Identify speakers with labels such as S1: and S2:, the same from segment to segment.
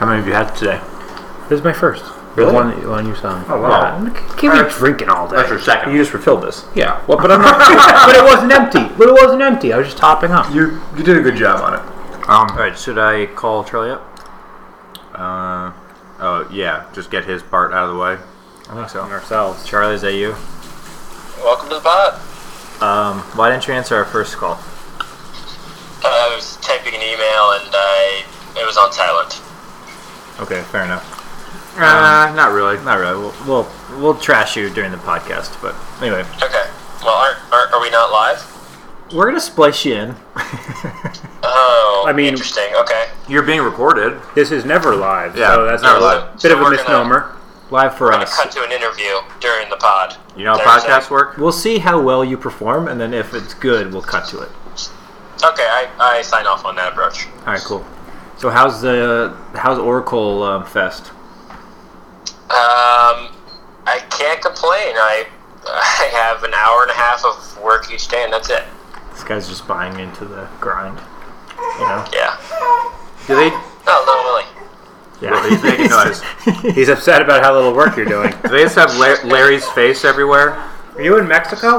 S1: many have you had today?
S2: This is my first.
S1: Really?
S2: The one, that- one you saw.
S1: Oh, wow.
S2: Uh, c- Can't be
S1: That's-
S2: drinking all day.
S1: That's your second.
S3: You just refilled this.
S2: Yeah. Well, but I'm not. but it wasn't empty. But it wasn't empty. I was just topping up.
S3: You you did a good job on it.
S1: Um, All right, should I call Charlie up?
S4: Uh, oh yeah, just get his part out of the way.
S1: I think so.
S2: Ourselves.
S1: Charlie, is that you?
S5: Welcome to the pod.
S1: Um, why didn't you answer our first call?
S5: Uh, I was typing an email and I it was on silent.
S1: Okay, fair enough. Uh, not really, not really. We'll, we'll we'll trash you during the podcast, but anyway,
S5: Okay. Well, aren't, aren't are we not live?
S1: we're gonna splice you in.
S5: Oh,
S2: I mean-
S5: interesting. Okay.
S4: You're being recorded.
S2: This is never live.
S4: Yeah,
S2: So that's
S4: never
S2: a
S4: live.
S2: bit
S5: So
S2: of a
S5: we're gonna-
S2: misnomer.
S1: Live for
S5: I'm gonna
S1: us.
S5: cut to an interview during the pod.
S4: You know how
S5: Thursday.
S4: podcasts work?
S1: We'll see how well you perform, and then if it's good, we'll cut to it.
S5: Okay, I, I sign off on that approach.
S1: All right, cool. So how's the how's Oracle um, Fest?
S5: Um, I can't complain. I I have an hour and a half of work each day and that's it.
S1: This guy's just buying into the grind. You know?
S5: Yeah.
S4: Do they?
S5: No, no, really.
S1: Yeah,
S4: he's making noise.
S2: He's upset about how little work you're doing.
S4: Do they just have La- Larry's face everywhere?
S2: Are you in Mexico?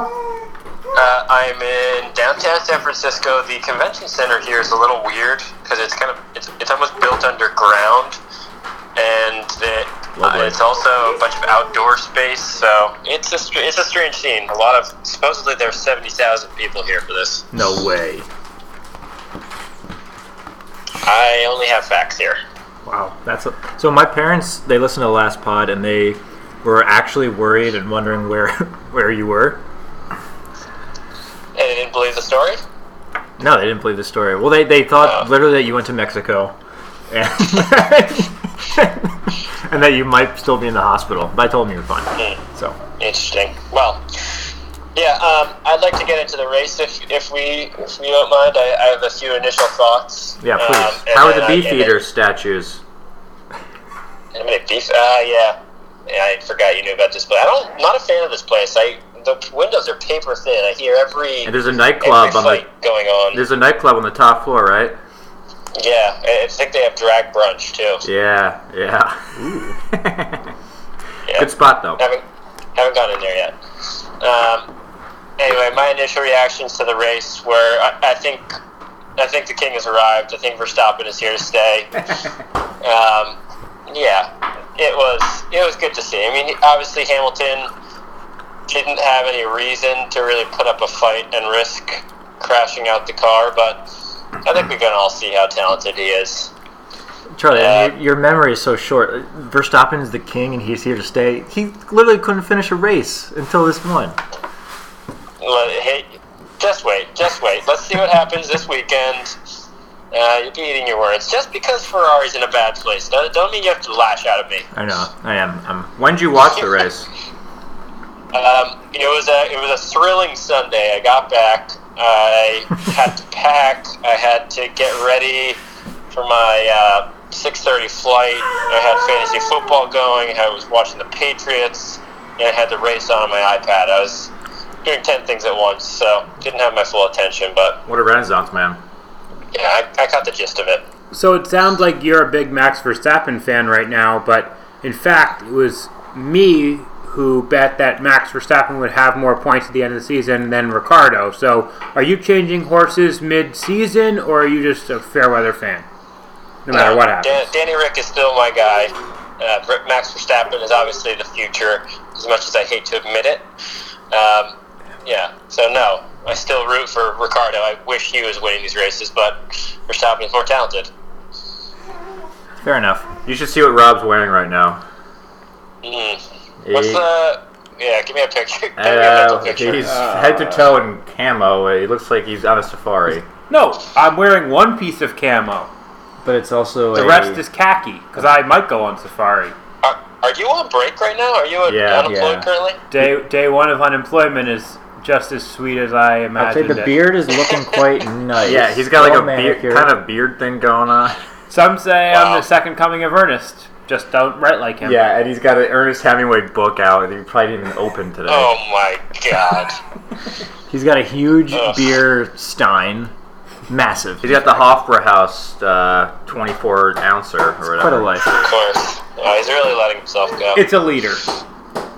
S5: Uh, I'm in downtown San Francisco. The convention center here is a little weird because it's kind of it's, it's almost built underground, and it, uh,
S4: Lovely.
S5: it's also a bunch of outdoor space. So it's a str- it's a strange scene. A lot of supposedly there's seventy thousand people here for this.
S1: no way.
S5: I only have facts here.
S1: Wow, that's a, so. My parents they listened to the last pod and they were actually worried and wondering where where you were.
S5: And they didn't believe the story.
S1: No, they didn't believe the story. Well, they, they
S5: Oh.
S1: thought literally that you went to Mexico, and, and that you might still be in the hospital. But I told them you were fine. So
S5: Hmm, Interesting. Well, yeah, um, I'd like to get into the race if if we if we don't mind. I, I have a few initial thoughts. Um,
S1: Yeah, please.
S5: and
S4: How are
S5: then
S4: the
S5: I-
S4: beef
S5: and then-
S4: eater statues?
S5: How many beef? Ah, yeah. yeah. I forgot you knew about this place. I don't. Not a fan of this place. I the windows are paper thin. I hear every
S4: And there's a
S5: every
S4: nightclub on the
S5: fight going on.
S4: there's a nightclub on the top floor, right?
S5: yeah, I I think they have drag brunch too.
S4: Yeah, yeah.
S5: Yeah.
S4: Good spot though.
S5: Haven't haven't gone in there yet. Um, anyway, my initial reactions to the race were I, I think I think the king has arrived. I think Verstappen is here to stay. um, yeah, it was it was good to see. I mean, obviously Hamilton didn't have any reason to really put up a fight and risk crashing out the car, but I think we can all see how talented he is.
S1: Charlie,
S5: Yeah.
S4: Uh,
S1: your, your memory is so short. Verstappen is the king, and he's here to stay. He literally couldn't finish a race until this one.
S5: Let- Hey, just wait, just wait. Let's see what happens this weekend. Uh, you'll be eating your words. Just because Ferrari's in a bad place, don't, don't mean you have to lash out at me.
S1: I know. I am. I'm.
S4: When did you watch the race?
S5: Um, it was a it was a thrilling Sunday. I got back. I had to pack. I had to get ready for my uh, six thirty flight. I had fantasy football going. I was watching the Patriots. And I had the race on my iPad. I was doing ten things at once, so didn't have my full attention. But
S4: What a renaissance man.
S5: yeah, I, I caught the gist of it.
S2: So it sounds like you're a big Max Verstappen fan right now, but in fact, it was me who bet that Max Verstappen would have more points at the end of the season than Ricardo. So are you changing horses mid-season, or are you just a fair weather fan? No
S4: Uh,
S2: matter what happens.
S5: Uh, Dan- Danny Rick is still my guy. Uh, Ver- Max Verstappen is obviously the future, as much as I hate to admit it. Um, yeah, so no, I still root for Ricardo. I wish he was winning these races, but Verstappen is more talented.
S1: Fair enough.
S4: You should see what Rob's wearing right now.
S5: Mm.
S4: He-
S5: What's the? Yeah, give me a picture. Give me a mental
S4: Uh,
S5: picture.
S4: he's head to toe in camo. Uh, He looks like he's on a safari.
S2: No, I'm wearing one piece of camo.
S1: But it's also
S2: The rest is khaki, because I might go on safari.
S5: Are, are you on break right now? Are you un-
S4: Yeah,
S5: unemployed
S1: yeah.
S5: currently?
S2: Day day one of unemployment is just as sweet as I
S1: I'd say
S2: imagined
S1: the
S2: it.
S1: beard is looking quite nice.
S4: Yeah, he's got like
S1: Well
S4: a beard,
S1: manicured.
S4: kind of beard thing going on.
S2: Some say
S5: Wow.
S2: I'm the second coming of Ernest. Just don't write like him.
S4: Yeah, and he's got an Ernest Hemingway book out that he probably didn't even open today.
S5: Oh my god.
S1: He's got a huge
S5: Ugh.
S1: beer stein. massive.
S4: He's got the Hofbrauhaus uh, 24 ouncer or whatever.
S1: Quite a life.
S5: Of course. Oh, he's really letting himself go.
S2: It's a leader.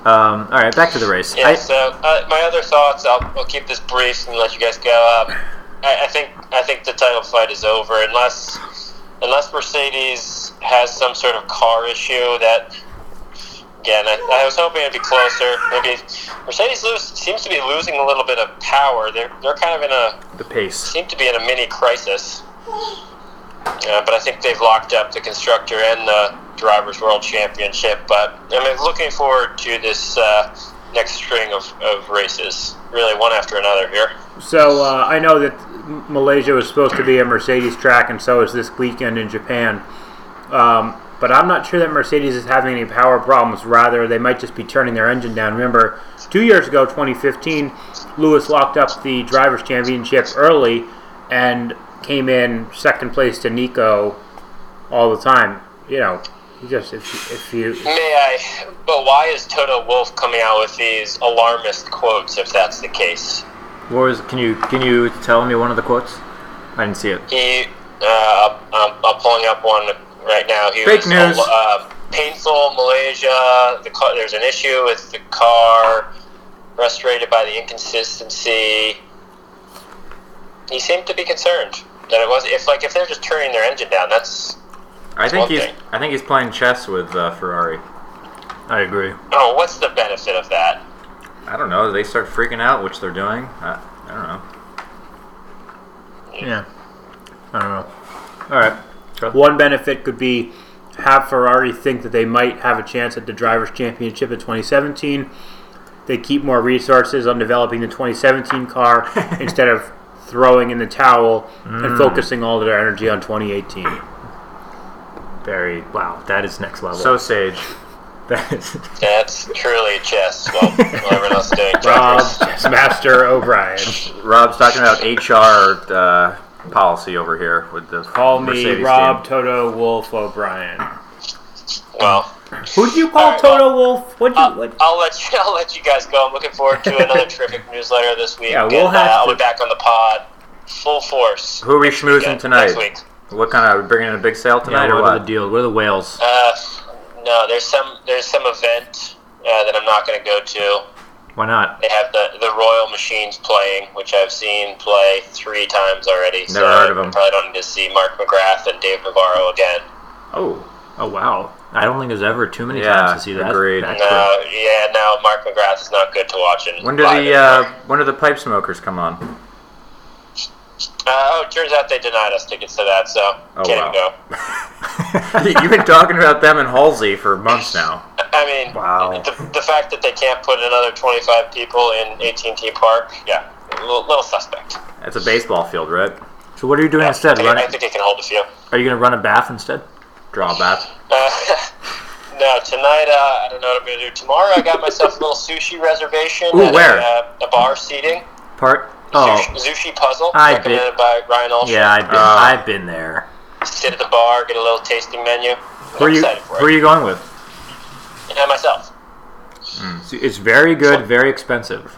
S1: Um, all right, back to the race.
S5: Yeah.
S1: I-
S5: so uh, my other thoughts. I'll, I'll keep this brief and let you guys go. Um, I, I think I think the title fight is over unless unless Mercedes has some sort of car issue that. Again, I, I was hoping it'd be closer. Maybe Mercedes lose, seems to be losing a little bit of power. They're they're kind of in a
S1: the pace.
S5: seem to be in a mini crisis. Uh, but I think they've locked up the constructor and the drivers' world championship. But I mean, looking forward to this uh, next string of, of races, really one after another here.
S2: So uh, I know that M- Malaysia was supposed to be a Mercedes track, and so is this weekend in Japan. Um, but I'm not sure that Mercedes is having any power problems. Rather, they might just be turning their engine down. Remember, two years ago, 2015, Lewis locked up the drivers' championship early and came in second place to Nico all the time. You know, you just if if you
S5: May I? But why is Toto Wolf coming out with these alarmist quotes? If that's the case,
S1: What was? Can you can you tell me one of the quotes? I didn't see it.
S5: he. Uh, I'm, I'm pulling up one right now. He
S1: Fake
S5: was,
S1: news.
S5: Uh, painful Malaysia. The car, there's an issue with the car. Frustrated by the inconsistency. He seemed to be concerned that it was if like if they're just turning their engine down. That's
S4: I think
S5: One
S4: he's
S5: thing.
S4: I think he's playing chess with uh, Ferrari.
S1: I agree.
S5: oh, what's the benefit of that?
S4: I don't know. They start freaking out, which they're doing. I, I don't know.
S1: Yeah. I don't know. All right.
S2: One benefit could be have Ferrari think that they might have a chance at the Drivers' Championship in 2017. They keep more resources on developing the 2017 car instead of throwing in the towel
S1: Mm.
S2: and focusing all their energy on 2018.
S1: Very wow. That is next level.
S4: So sage.
S1: that is
S5: That's truly chess. Well, everyone else is doing
S2: Rob,
S5: checkers.
S2: Master O'Brien.
S4: Rob's talking about HR uh, policy over here with the
S2: Call me
S4: Mercedes
S2: Rob
S4: team.
S2: Toto Wolf O'Brien.
S5: Well.
S2: Who'd you call
S5: Alright, well,
S2: Toto Wolf? What'd
S1: uh,
S2: you?
S5: I'll,
S2: What?
S5: I'll let you. I'll let you guys go. I'm looking forward to another terrific newsletter this week.
S2: Yeah, we'll
S5: and,
S2: have
S5: uh, I'll
S2: to-
S5: be back on the pod, full force.
S4: Who are we schmoozing
S5: again
S4: tonight?
S5: Next week.
S4: What kind of are we bringing in a big sale
S1: yeah,
S4: tonight
S1: what
S4: or
S1: are the
S4: what?
S1: deal? What are the whales?
S5: Uh, no, there's some. There's some event uh, that I'm not going to go to.
S1: Why not?
S5: They have the the Royal Machines playing, which I've seen play three times already. so
S4: Never heard of
S5: I
S4: 'em.
S5: probably don't need to see Mark McGrath and Dave Navarro again.
S4: Oh,
S1: Oh wow. I don't think there's ever too many
S4: Yeah,
S1: times to see that.
S4: agreed.
S1: that
S5: No, yeah, no, Mark McGrath is not good to watch. In
S4: when do
S5: live
S4: the
S5: anymore.
S4: uh, when do the pipe smokers come on?
S5: Uh, oh, it turns out they denied us tickets to that, so
S4: Oh,
S5: can't
S4: wow.
S5: even go.
S4: You've been talking about them and Halsey for months now.
S5: I mean,
S4: Wow.
S5: the, the fact that they can't put another 25 people in AT&T Park, yeah, a little, little suspect.
S4: That's a baseball field, right?
S1: So what are you doing instead?
S5: I,
S1: Run
S5: I think they can hold a few.
S1: Are you going to run a bath instead?
S4: Draw bath.
S5: Uh, no, tonight, uh, I don't know what I'm going to do. Tomorrow, I got myself a little sushi reservation
S4: Ooh,
S5: at
S4: where?
S5: A, uh, a bar seating.
S1: Part. Oh.
S5: Zushi, Zushi Puzzle,
S1: I did-
S5: recommended by Ryan Olson.
S1: Yeah, I've been,
S4: Uh,
S1: I've been there.
S5: Sit at the bar, get a little tasting menu.
S1: Who are
S5: I'm
S1: you?
S5: excited for
S1: Who are
S5: it.
S1: you going with?
S5: And myself.
S1: It's very good, very expensive.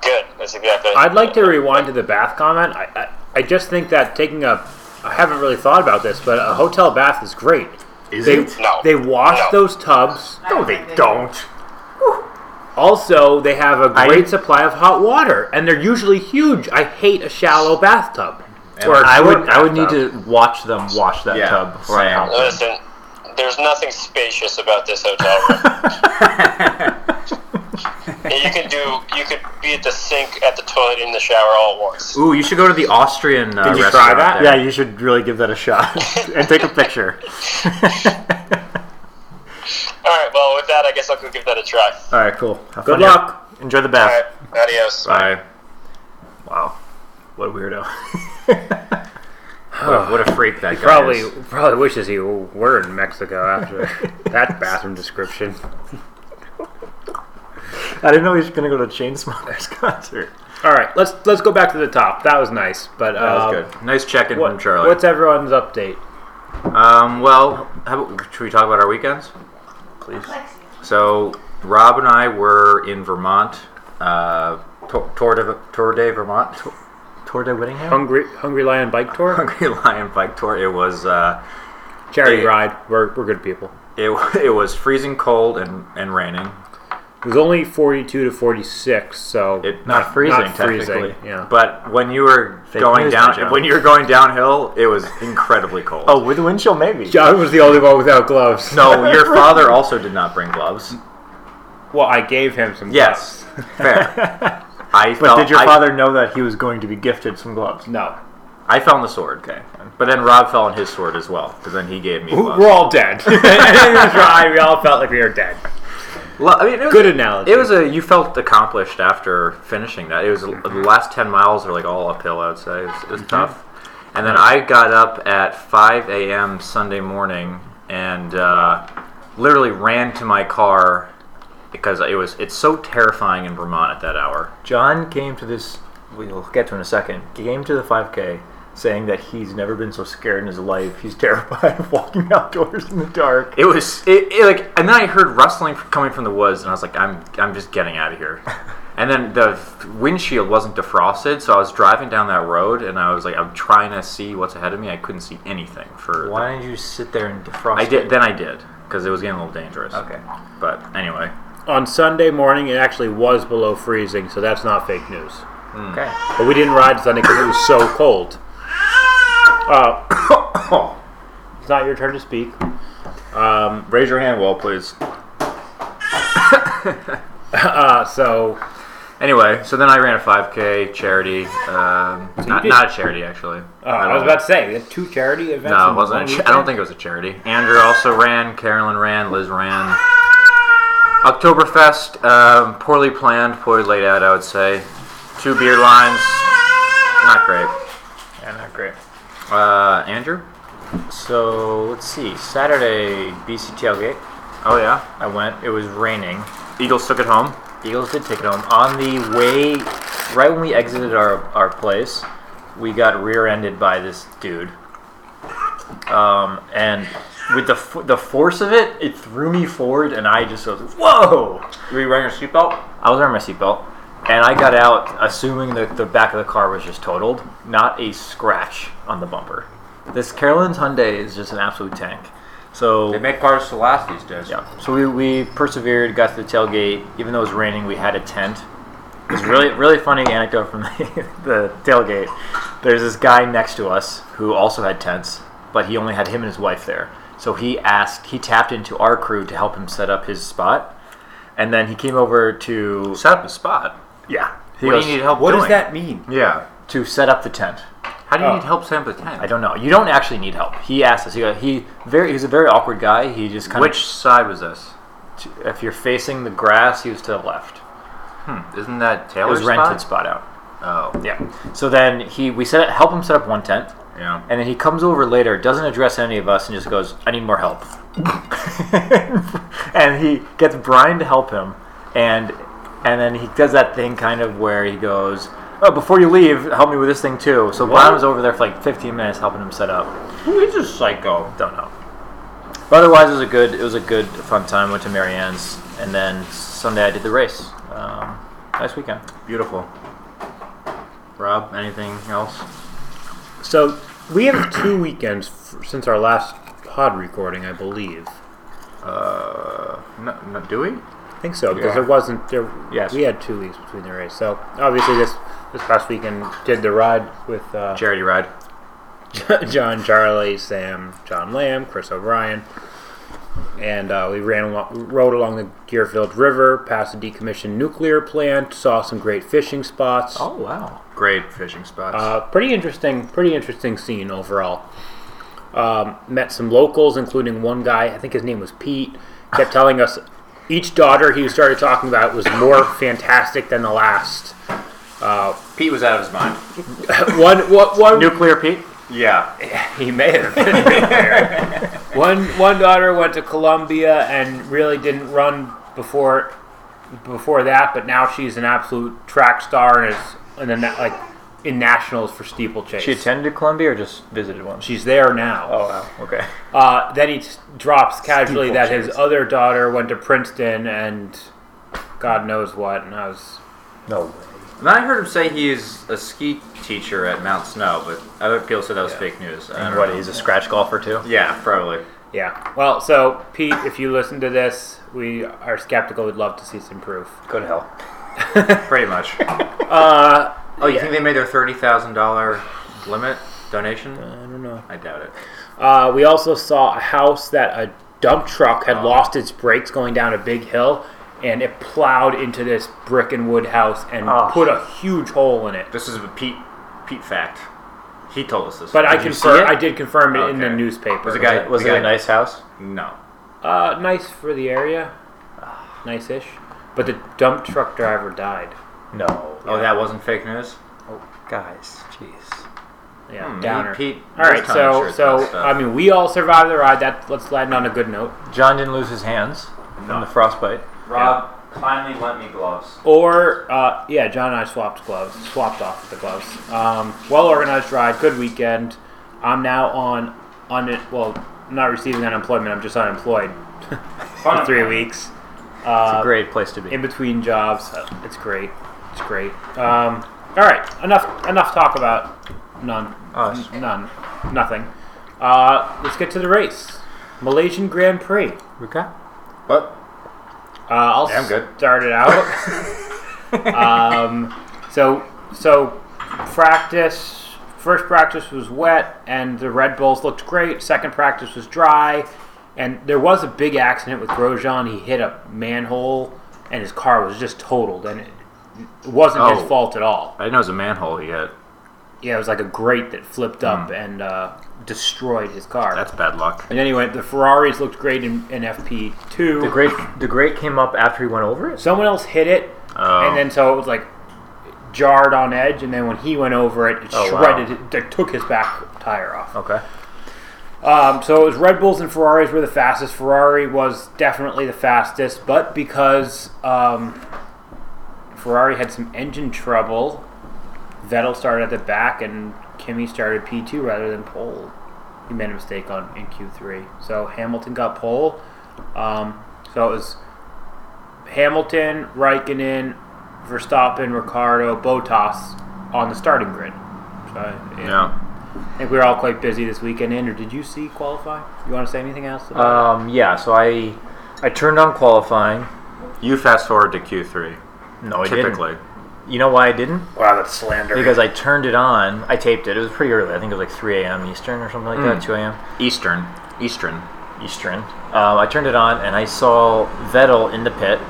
S5: Good. That's exactly
S2: I'd like to rewind to the bath comment. I, I, I just think that taking a, I haven't really thought about this, but a hotel bath is great.
S1: Is
S2: They,
S5: No.
S2: they wash
S5: No.
S2: those tubs.
S1: No, they don't.
S2: Also, they have a
S1: I-
S2: great supply of hot water, and they're usually huge. I hate a shallow bathtub. Or a
S1: I
S2: short
S1: would. I would need
S2: bathtub.
S1: to watch them wash that
S4: Yeah,
S1: tub before I
S4: same.
S1: hop in.
S5: Listen, there's nothing spacious about this hotel room. And you can do, you could be at the sink, at the toilet, in the shower all at once.
S4: Ooh, you should go to the Austrian uh,
S1: Did you
S4: restaurant
S1: try that?
S4: there.
S1: Yeah, you should really give that a shot and take a picture.
S5: All right, well, with that, I guess I'll go give that a try.
S1: All right, cool. Have
S2: Good
S1: fun, yeah.
S2: luck.
S1: Enjoy the
S5: All
S1: bath.
S5: right, adios.
S4: Bye.
S1: Wow, what a weirdo.
S4: What a, what a freak that guy
S2: Probably,
S4: is.
S2: probably wishes he were in Mexico after that bathroom description.
S1: I didn't know he was going to go to Chainsmokers concert.
S2: All right, let's let's go back to the top. That was nice, but
S4: That was
S1: Um,
S2: uh,
S4: good. Nice check-in
S2: what-
S4: from Charlie.
S2: what's everyone's update?
S4: Um, well, how about, should we talk about our weekends? Please. So, Rob and I were in Vermont, uh, Tour, Tour de, Tour de Vermont, Tour,
S1: Tour de Whittingham?
S2: Hungry Hungry Lion Bike Tour?
S4: Hungry Lion Bike Tour. It was uh,
S2: Charity
S4: Yeah.
S2: ride. We're, we're good people.
S4: it, it was freezing cold and, and raining.
S2: It was only 42 to 46, so
S4: It,
S1: Not freezing,
S4: technically.
S2: yeah.
S4: But when you were
S1: Fake
S4: going
S1: news,
S4: down,
S1: my John.
S4: when you were going downhill, it was incredibly cold.
S1: Oh, with the windshield, maybe.
S2: John was the only one without gloves.
S4: no, your father also did not bring gloves.
S2: Well, I gave him some.
S4: Yes, fair. I
S1: But
S4: fell,
S1: did your
S4: I-
S1: father know that he was going to be gifted some gloves?
S2: gloves. No.
S4: I, fell on the sword. Okay, but then Rob fell on his sword as well because then he gave me gloves.
S2: We're all dead. Anything was right, we all felt like we were dead.
S4: Lo- I mean, it was,
S2: Good analogy.
S4: It was a you felt accomplished after finishing that. It was the last ten miles are like all uphill. I would say it was, it was tough. And then I got up at five a.m. Sunday morning and uh, literally ran to my car because it was it's so terrifying in Vermont at that hour.
S1: John came to this. We'll get to in a second. Came to the 5K saying that he's never been so scared in his life. He's terrified of walking outdoors in the dark.
S4: It was it, it like, and then I heard rustling f- coming from the woods, and I was like, I'm I'm just getting out of here. And then the f- windshield wasn't defrosted, so I was driving down that road, and I was like, I'm trying to see what's ahead of me. I couldn't see anything for. the-
S1: Why did you sit there and defrost?
S4: I did. Then I did because it was getting a little dangerous.
S1: Okay.
S4: But anyway,
S2: On Sunday morning, it actually was below freezing, so that's not fake news.
S1: Okay.
S2: But we didn't ride Sunday because it was so cold. Uh, it's not your turn to speak.
S4: raise your hand, well, please.
S2: Uh, so
S4: Anyway, so then I ran a 5K charity. Um, not,
S2: did-
S4: not a charity actually.
S2: uh, I was about to say, we had two charity events.
S4: No,
S2: in
S4: it wasn't.
S2: one
S4: A cha- I
S2: weekend.
S4: don't think it was a charity. Andrew also ran. Carolyn ran. Liz ran. Oktoberfest, um, poorly planned, poorly laid out. I would say, two beer lines, not great.
S1: Yeah, not great.
S4: Uh, Andrew?
S1: So let's see. Saturday, BC tailgate.
S4: Oh yeah.
S1: I went. It was raining.
S4: Eagles took it home.
S1: Eagles did take it home. On the way, right when we exited our, our place, we got rear-ended by this dude. Um, and with the f- the force of it, it threw me forward, and I just was whoa.
S4: Were you wearing your seatbelt?
S1: I was wearing my seatbelt, and I got out assuming that the back of the car was just totaled. Not a scratch on the bumper. This Carolyn's Hyundai is just an absolute tank. So
S4: They make cars to last these days.
S1: yeah. So we, we persevered, got to the tailgate. Even though it was raining, we had a tent. It was really really funny anecdote from the, the tailgate. There's this guy next to us who also had tents, but he only had him and his wife there. So he asked, he tapped into our crew to help him set up his spot, and then he came over to
S4: Set up a spot.
S1: yeah. He
S4: What do
S1: goes,
S4: you need help
S2: What does
S4: doing?
S2: that mean?
S4: Yeah.
S1: to set up the tent?
S4: How do you
S2: Oh.
S4: need help setting up the tent?
S1: I don't know. You don't actually need help. He asked us. He, go- he very he's a very awkward guy. He just kind
S4: Which side was this?
S1: of if you're facing the grass, he was to the left.
S4: Hmm. Isn't that
S1: It
S4: Taylor's
S1: was
S4: spot?
S1: rented spot out.
S4: Oh.
S1: Yeah. So then he we set help him set up one tent,
S4: Yeah.
S1: and then he comes over later, doesn't address any of us, and just goes, "I need more help." and he gets Brian to help him, and and then he does that thing kind of where he goes, "Oh, before you leave, help me with this thing too." So Brian was over there for like 15 minutes helping him set up.
S4: Who is a psycho?
S1: Don't know. But otherwise, it was a good it was a good fun time. Went to Marianne's, and then Sunday I did the race. Um, nice weekend.
S4: Beautiful. Rob, anything else?
S2: So we have two weekends f- since our last pod recording, I believe.
S4: Uh, no, no, do we?
S2: I think so because
S4: Yeah.
S2: there wasn't there.
S1: Yes.
S2: we had two weeks between the race. So obviously this this past weekend did the ride with uh,
S4: Charity ride.
S2: John, Charlie, Sam, John Lamb, Chris O'Brien, and uh, we ran along, rode along the Deerfield River, past a decommissioned nuclear plant, saw some great fishing spots.
S1: wow.
S4: Great fishing spots.
S2: Uh, pretty interesting, pretty interesting scene overall. Um, met some locals, including one guy. I think his name was Pete. Kept telling us each daughter he started talking about was more fantastic than the last.
S4: Pete was out of his mind.
S2: One, one, one,
S1: Nuclear Pete.
S4: Yeah, he may have.
S2: one, one daughter went to Columbia and really didn't run before before that, but now she's an absolute track star and is in the na- like in nationals for steeplechase.
S1: She attended Columbia or just visited one?
S2: she's there now.
S1: oh wow, okay.
S2: Uh, then he t- drops casually that his other daughter went to Princeton and God knows what. And I was,
S1: No way.
S4: And I heard him say he's a ski teacher at Mount Snow, but other people said that was
S2: Yeah.
S4: fake news. I
S1: And
S4: don't
S1: what
S4: know.
S1: he's a scratch golfer too.
S4: Yeah, probably.
S2: Yeah. Well, so Pete, if you listen to this, we are skeptical. We'd love to see some proof.
S1: Go to hell.
S4: Pretty much.
S2: Uh,
S4: Oh, you think they made their thirty thousand dollar limit donation?
S2: I don't know.
S4: I doubt it.
S2: Uh, we also saw a house that a dump truck
S1: Oh.
S2: had lost its brakes going down a big hill, and it plowed into this brick and wood house and
S1: Oh.
S2: put a huge hole in it.
S4: This is a Pete Pete fact. He told us this.
S2: But I
S1: Did you
S2: confirm,
S1: see it?
S2: I did confirm it in the
S4: Okay.
S2: newspaper.
S4: Was the guy-
S1: Was
S4: the
S1: it
S4: guy-
S1: a nice house?
S4: no.
S2: Uh, nice for the area, nice-ish. But the dump truck driver died.
S1: No. Oh,
S4: Oh, that wasn't fake news.
S1: guys, jeez.
S2: Yeah,
S4: Hmm,
S2: downer.
S4: Pete- Pete
S2: all right,
S4: was kinda
S2: so
S4: sure it's
S2: so
S4: messed up.
S2: I mean, we all survived the ride. That let's land on a good note.
S1: John didn't lose his hands from the frostbite.
S4: Rob finally lent me gloves.
S2: Or uh, yeah, John and I swapped gloves, swapped off the gloves. Um, well organized ride, good weekend. I'm now on on well, I'm not receiving unemployment. I'm just unemployed for three weeks. Uh,
S1: Great place to be.
S2: in between jobs, it's great. It's great. Um, all right, enough enough talk about none,
S1: Us.
S2: n- none, nothing. Uh, let's get to the race, Malaysian Grand Prix.
S1: Okay.
S4: What?
S2: Uh, I'll
S4: Yeah, I'm good.
S2: start it out. um, so so practice. First practice was wet, and the Red Bulls looked great. Second practice was dry, and there was a big accident with Grosjean. He hit a manhole, and his car was just totaled, and it wasn't
S4: Oh.
S2: his fault at all.
S4: I didn't know it was a manhole he hit.
S2: Yeah, it was like a grate that flipped up and uh, destroyed his car.
S4: Hmm. That's bad luck.
S2: and anyway, the Ferraris looked great in, in FP2.
S1: The great the great came up after he went over it.
S2: Someone else hit it,
S4: Oh.
S2: and then so it was like jarred on edge, and then when he went over it, it
S1: Oh, wow.
S2: shredded it, it took his back tire off.
S1: Okay.
S2: Um, so it was Red Bulls and Ferraris were the fastest. Ferrari was definitely the fastest, but because um, Ferrari had some engine trouble, Vettel started at the back and Kimi started P2 rather than pole. He made a mistake on in Q3. So Hamilton got pole. Um, so it was Hamilton, Raikkonen, Verstappen, Ricardo, Botas on the starting grid. So,
S4: Yeah.
S2: I think we were all quite busy this weekend. Andrew, did you see qualify? You want to say anything else? About
S1: Um, yeah. So I I turned on qualifying.
S4: You fast forward to Q3.
S1: No, I
S4: Typically.
S1: didn't. You know why I didn't?
S2: it? Uh, Wow, that's slander.
S1: Because I turned it on. I taped it. It was pretty early. I think it was like 3 a.m. Eastern or something like that. 2 a.m.
S4: Mm. Eastern. Eastern.
S1: Eastern. Um, I turned it on and I saw Vettel in the pit.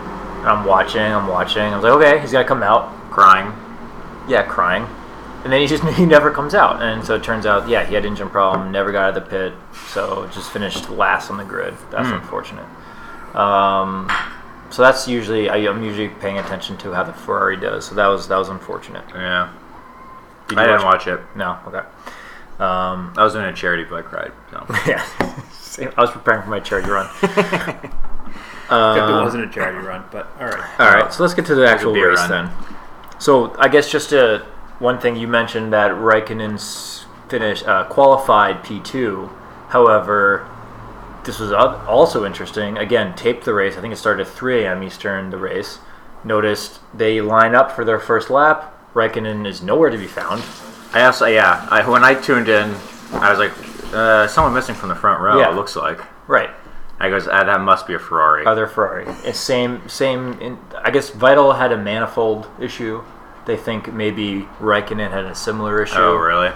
S1: And I'm watching. I'm watching. I was like, okay, he's gonna come out.
S4: Crying.
S1: yeah, crying. And then he just he never comes out. And so it turns out, yeah, he had engine problem, never got out of the pit, so just finished last on the grid. That's
S4: Mm.
S1: unfortunate. Um, so that's usually I, I'm usually paying attention to how the Ferrari does. So that was that was unfortunate.
S4: Yeah.
S1: Did
S4: I didn't watch it.
S1: No, okay. Um,
S4: I was doing a charity bike ride. So.
S1: yeah, I was preparing for my charity run.
S2: Except
S4: Uh,
S2: it wasn't a charity run, but all right.
S1: All right, so let's get to the actual
S4: beer
S1: race
S4: run.
S1: then. So I guess just a, one thing you mentioned that Raikkonen's finish uh, qualified P two. However, this was al- also interesting. Again, taped the race. I think it started at 3 a.m. Eastern. The race noticed they line up for their first lap. Raikkonen is nowhere to be found.
S4: I also, yeah. I, when I tuned in, I was like, uh, someone missing from the front row,
S1: Yeah.
S4: it looks like.
S1: Right,
S4: I goes, ah, that must be a Ferrari.
S1: other Ferrari. It's same, same. In, I guess Vital had a manifold issue. They think maybe Raikkonen had a similar issue.
S4: oh, really?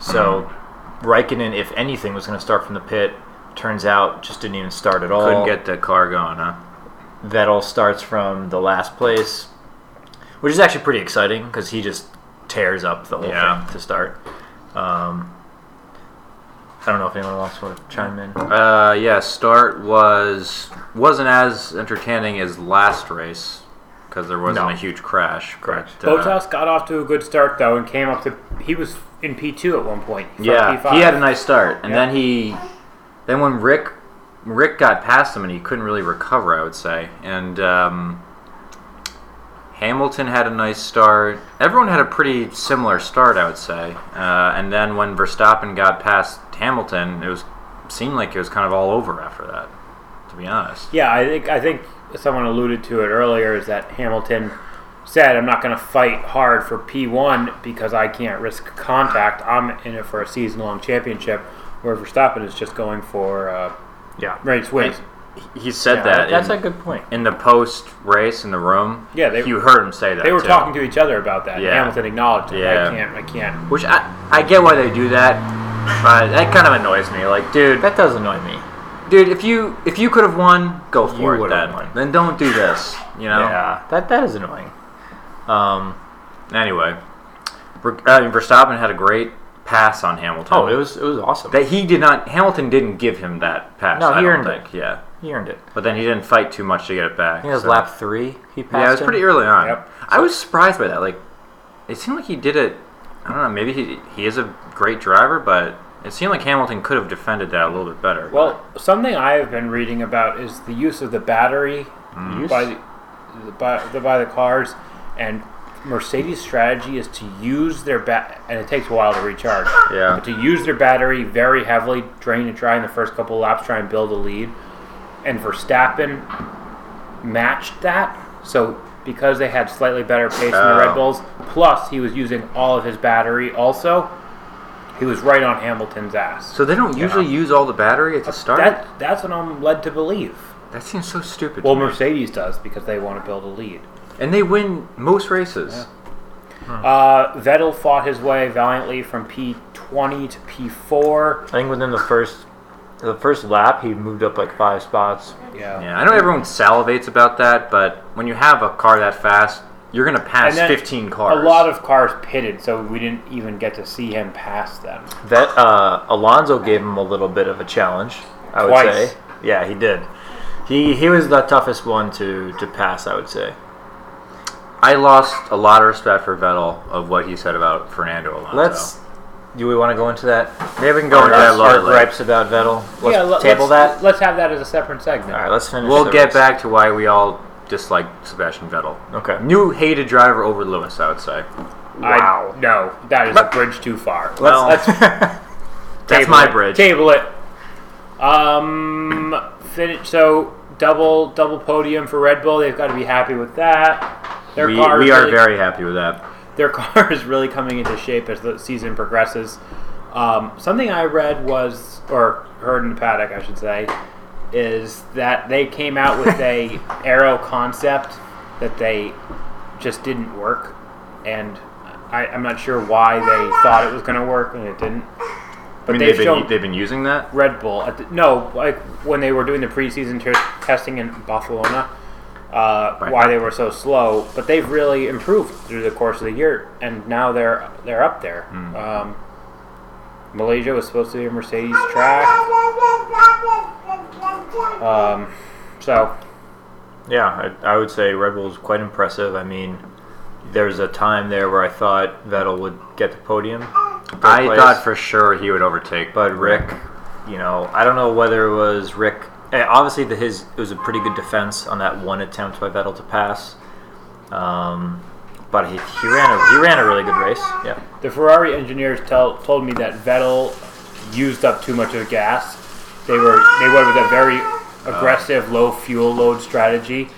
S1: So Raikkonen, if anything, was going to start from the pit. Turns out, just didn't even start at all.
S4: Couldn't get the car going, huh?
S1: Vettel starts from the last place, which is actually pretty exciting because he just tears up the whole
S4: Yeah.
S1: thing to start. Um, I don't know if anyone else want to chime in.
S4: Uh, yeah, start was wasn't as entertaining as last race because there wasn't
S1: No.
S4: a huge crash. uh, Correct.
S2: Botas got off to a good start though, and came up to. He was in P two at one point. He found
S4: yeah,
S2: P5.
S4: he had a nice start, and
S2: Yeah.
S4: then he, then when Rick, Rick got past him, and he couldn't really recover. I would say, and um, Hamilton had a nice start. Everyone had a pretty similar start, I would say. Uh, and then when Verstappen got past Hamilton, it was seemed like it was kind of all over after that. To be honest.
S2: Yeah, I think I think someone alluded to it earlier is that Hamilton said, I'm not going to fight hard for P1 because I can't risk contact. I'm in it for a season long championship, where Verstappen is just going for uh,
S1: Yeah.
S2: race wins.
S4: He said
S1: Yeah,
S4: that.
S1: that's
S4: in,
S1: a good point.
S4: in the post race in the room.
S2: Yeah, they-
S4: you heard him say that.
S2: They were
S4: too.
S2: talking to each other about that.
S4: Yeah.
S2: Hamilton acknowledged it.
S4: Yeah.
S2: I can't. I can't.
S4: which I, I get why they do that, but that kind of annoys me. Like, dude,
S1: That does annoy me.
S4: dude, if you if you could have won, go
S1: You
S4: for it
S1: would've
S4: then.
S1: won.
S4: Then don't do this. You know.
S1: Yeah. That that is annoying. Um,
S4: Anyway, Ver- I mean, Verstappen had a great pass on Hamilton.
S1: oh, it was it was awesome.
S4: that he did not. Hamilton didn't give him that pass.
S1: No, he
S4: I don't
S1: earned
S4: think. Yeah,
S1: he earned it. I
S4: but then he didn't fight too much to get it back.
S1: think it was
S4: so-
S1: lap three. He passed.
S4: Yeah, it was
S1: him.
S4: pretty early on.
S2: Yep.
S4: I was surprised by that. Like, it seemed like he did it. I don't know. Maybe he he is a great driver, but it seemed like Hamilton could have defended that a little bit better.
S2: Well, something I have been reading about is the use of the battery
S4: Mm.
S1: Use?
S2: by the, the- by the by the cars, and Mercedes' strategy is to use their bat, and it takes a while to recharge.
S4: Yeah.
S2: But to use their battery very heavily, drain and dry in the first couple laps, try and build a lead, and Verstappen matched that. So because they had slightly better pace than the
S4: Oh.
S2: Red Bulls, plus he was using all of his battery. Also, he was right on Hamilton's ass.
S4: so they don't usually use all the battery
S1: Uh,
S4: at the start. That,
S2: That that's what I'm led to believe.
S4: seems so stupid.
S2: Well,
S4: to me.
S2: Mercedes does because they want to build a lead.
S4: and they win most races.
S2: Uh, Vettel fought his way valiantly from P20 to P4.
S1: I think within the first the first lap, he moved up like five spots.
S2: Yeah.
S4: Yeah, I know everyone salivates about that, but when you have a car that fast, you're gonna pass
S2: And then
S4: 15 cars.
S2: A lot of cars pitted, so we didn't even get to see him pass them.
S1: That uh, Alonso gave him a little bit of a challenge. I would
S2: Twice.
S1: say. Yeah, he did. He he was the toughest one to to pass. I would say.
S4: I lost a lot of respect for Vettel of what he said about Fernando Alonso.
S1: Let's. Do we want to go into that? Maybe we can
S4: Our
S1: go into
S4: gripes-
S1: that our
S4: our
S1: gripes about Vettel. Let's
S2: yeah, le-
S1: table
S2: let's,
S1: that.
S2: Let's have that as a separate segment.
S1: All right, let's finish.
S4: We'll
S1: the
S4: get
S1: race.
S4: back to why we all dislike Sebastian Vettel.
S1: Okay.
S4: New hated driver over Lewis, I would say.
S2: I-
S1: Wow.
S2: no, that is a bridge too far.
S4: Well,
S1: Let's, let's
S4: that's
S2: Table
S4: my
S2: it.
S4: bridge.
S2: Table it. Um, finish. So double double podium for Red Bull. They've got to be happy with that. Their
S4: We,
S2: car
S4: we
S2: is
S4: are
S2: really-
S4: very happy with that.
S2: their car is really coming into shape as the season progresses. Um, something I read was, or heard in the paddock, I should say, is that they came out with a arrow concept that they just didn't work, and I, I'm not sure why they thought it was going to work and it didn't. But
S4: I mean,
S2: they've,
S4: they've been,
S2: shown
S4: they've been using that.
S2: Red Bull. At the, no, like when they were doing the preseason ter- testing in Barcelona, uh,
S4: Right.
S2: why they were so slow. But they've really improved through the course of the year, and now they're they're up there. Um, Malaysia was supposed to be a Mercedes track, um, so
S1: Yeah, I, I would say Red Bull's quite impressive. I mean, there's a time there where I thought Vettel would get the podium,
S4: I
S1: place.
S4: thought for sure he would overtake.
S1: but Rick, you know, I don't know whether it was Rick. eh, Obviously, the, his it was a pretty good defense on that one attempt by Vettel to pass. Um, but he, he ran a he ran a really good race. Yeah,
S2: the Ferrari engineers tell, told me that Vettel used up too much of the gas. They were they went with a very aggressive low fuel load strategy,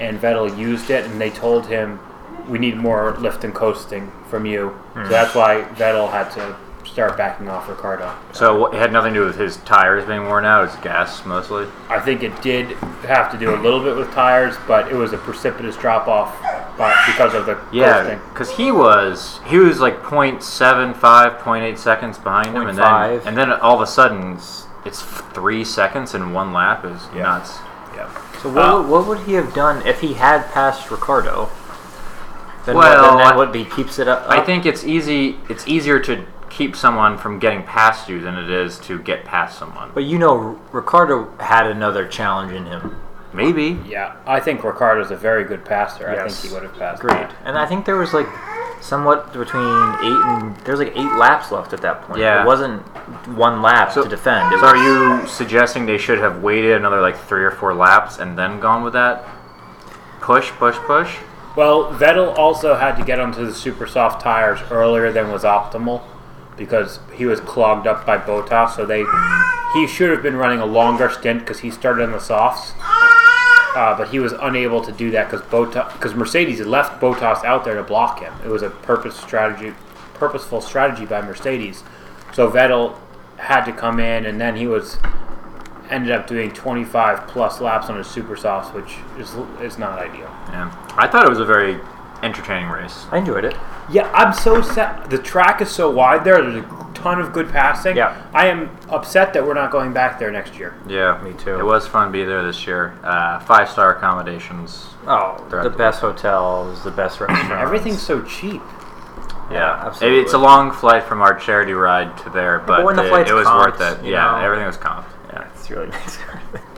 S2: and Vettel used it. And they told him, "We need more lift and coasting from you."
S1: Hmm.
S2: So that's why Vettel had to start backing off Ricardo.
S4: so it had nothing to do with his tires being worn out. It's gas mostly.
S2: I think it did have to do a little bit with tires, but it was a precipitous drop off by, because of the
S4: Yeah,
S2: coasting.
S4: because he was he was like 0.75, 0.8 seconds behind him, and then
S1: 0.5.
S4: and then all of a sudden it's, it's three seconds in one lap is nuts.
S1: So what,
S4: Uh,
S1: would- what would he have done if he had passed Ricardo? Then what,
S4: Well,
S1: then that
S4: I-
S1: would he keeps it up.
S4: I
S1: up?
S4: think it's easy. It's easier to keep someone from getting past you than it is to get past someone.
S1: but you know, Ricardo had another challenge in him.
S4: Maybe.
S2: Yeah, I think Ricardo's a very good passer. I
S1: Yes.
S2: think he would have passed.
S1: Agreed. And I think there was like somewhat between eight and there was like eight laps left at that point.
S4: Yeah.
S1: It wasn't one lap to defend. It
S4: So are you suggesting they should have waited another like three or four laps and then gone with that? Push, push, push.
S2: Well, Vettel also had to get onto the super soft tires earlier than was optimal because he was clogged up by Botas. So they, he should have been running a longer stint because he started on the softs. uh, but he was unable to do that because because Mercedes had left Botas out there to block him. It was a purpose strategy, purposeful strategy by Mercedes. So Vettel had to come in, and then he was ended up doing 25 plus laps on his super softs, which is is not ideal.
S4: Yeah. I thought it was a very entertaining race.
S1: I enjoyed it.
S2: Yeah, I'm so set. The track is so wide there. There's a ton of good passing.
S1: Yeah.
S2: I am upset that we're not going back there next year.
S4: Yeah,
S1: Me too.
S4: It was fun to be there this year. Uh, Five star accommodations.
S1: Oh,
S4: Throughout
S1: the
S4: the
S1: best hotels, the best restaurants.
S2: Everything's so cheap.
S4: Yeah,
S1: absolutely.
S4: It's a long flight from our charity ride to there, but,
S1: when the
S4: it-
S1: flight's
S4: it, was
S1: comped,
S4: worth it.
S1: you
S4: Yeah,
S1: know.
S4: everything was comped.
S1: Yeah, it's really nice.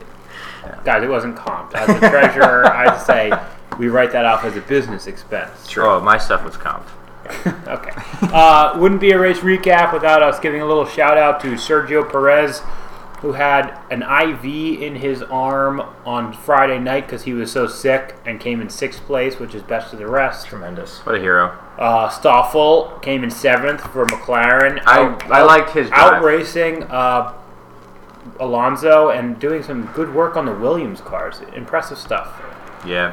S2: Guys, it wasn't comped. As a treasurer, I'd say we write that off as a business expense.
S4: Oh, my stuff was comped.
S2: Okay. Uh, wouldn't be a race recap without us giving a little shout out to Sergio Perez, who had an IV in his arm on Friday night because he was so sick and came in sixth place, which is best of the rest.
S1: Tremendous.
S4: What a hero.
S2: Uh, Stoffel came in seventh for McLaren.
S4: I- I liked his drive.
S2: out racing uh, Alonso and doing some good work on the Williams cars. Impressive stuff.
S4: Yeah.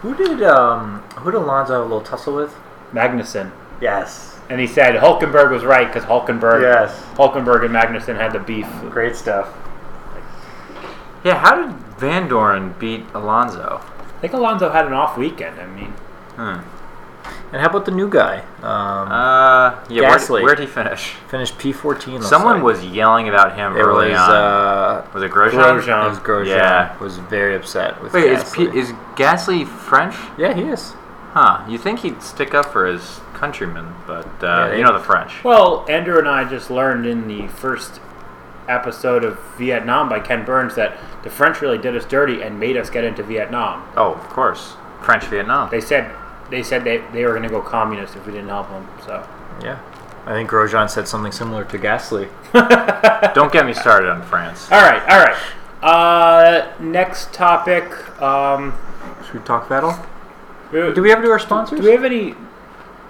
S1: Who did um who did Alonso have a little tussle with?
S2: Magnussen.
S1: Yes.
S2: And he said Hulkenberg was right because Hulkenberg,
S1: Yes.
S2: Hulkenberg and Magnussen had the beef.
S1: Great stuff.
S4: Yeah, how did Van Doren beat Alonso?
S2: I think Alonso had an off weekend. I mean,
S4: Hmm.
S1: And how about the new guy? Um,
S4: Uh, yeah,
S1: Gasly.
S4: where, where'd he finish?
S1: finished P fourteen.
S4: Someone was yelling about him
S1: it
S4: early
S1: was
S4: on.
S1: uh
S4: was it Grosjean?
S2: Grosjean.
S1: it was Grosjean
S4: Yeah.
S1: was very upset with
S4: Wait, is, P-
S1: Gasly.
S4: is Gasly French?
S1: yeah, he is.
S4: Huh. You think he'd stick up for his countrymen, but uh,
S1: Yeah,
S4: you know the French.
S2: well, Andrew and I just learned in the first episode of Vietnam by Ken Burns that the French really did us dirty and made us get into Vietnam.
S4: Oh, of course. French Vietnam.
S2: They said they said they, they were going to go communist if we didn't help them. So
S1: Yeah. I think Grosjean said something similar to Gasly.
S4: Don't get me started on France.
S2: all right, all right. Uh, next topic. Um,
S1: Should we talk battle?
S2: do
S1: Do we ever do our sponsors?
S2: Do we have any?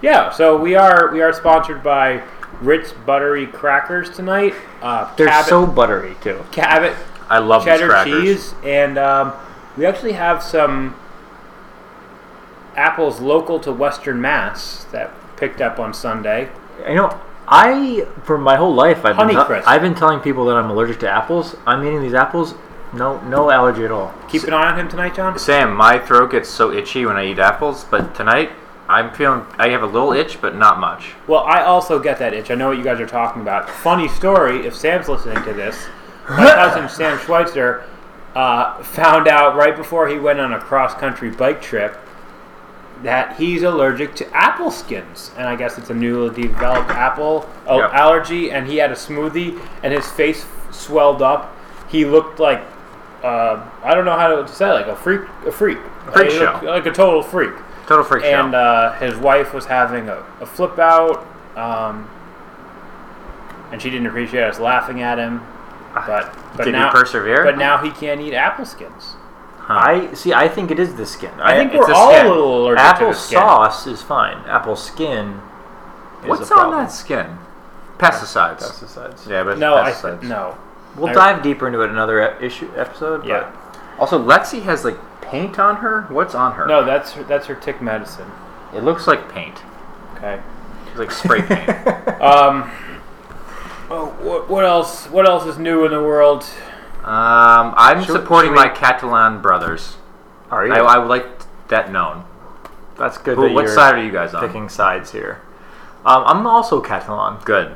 S2: Yeah, so we are we are sponsored by Ritz Buttery Crackers tonight. Uh,
S1: They're
S2: Cabot,
S1: so buttery too.
S2: Cabot
S4: I love these
S2: cheddar
S4: crackers.
S2: cheese, and um, we actually have some apples local to Western Mass that picked up on Sunday.
S1: You know, I for my whole life I've been
S2: Honeycrisp.
S1: I've been telling people that I'm allergic to apples. I'm eating these apples, no no allergy at all.
S2: Keep an eye on him tonight, John.
S4: Sam, my throat gets so itchy when I eat apples, but tonight I'm feeling I have a little itch, but not much.
S2: Well, I also get that itch. I know what you guys are talking about. Funny story. If Sam's listening to this, my cousin Sam Schweitzer uh, found out right before he went on a cross-country bike trip that he's allergic to apple skins, and I guess it's a newly developed apple oh,
S4: Yep.
S2: allergy. And he had a smoothie, and his face f- swelled up. He looked like uh, I don't know how to say it, like a freak, a freak,
S4: Freak
S2: He
S4: show.
S2: looked like a total freak
S4: Total freak
S2: and
S4: show.
S2: uh, his wife was having a, a flip out, um, and she didn't appreciate us laughing at him. But but
S4: Did
S2: now
S4: he persevere?
S2: But now he can't eat apple skins.
S1: I see. I think it is the skin.
S2: I think
S1: it's
S2: we're
S1: the
S2: all
S1: skin.
S2: a little allergic to
S1: Apple
S2: the skin.
S1: sauce is fine. Apple skin. Is
S4: What's
S1: a
S4: on
S1: problem.
S4: that skin? Pesticides.
S1: Pesticides.
S4: Yeah, but
S2: No, I
S4: pesticides.
S2: no.
S1: We'll
S2: I-
S1: dive deeper into it another e- issue episode.
S2: Yeah.
S4: Also, Lexi has like paint on her. What's on her?
S2: No, that's her, that's her tick medicine.
S4: it looks like paint.
S2: Okay.
S4: It's like spray paint.
S2: Um. Oh, what, what else? What else is new in the world?
S4: Um, I'm supporting my Catalan brothers.
S1: But are you?
S4: I, I would like that known.
S1: That's good.
S4: Who,
S1: that
S4: what
S1: you're
S4: side are you guys on?
S1: picking sides here? Um, I'm also Catalan.
S4: Good.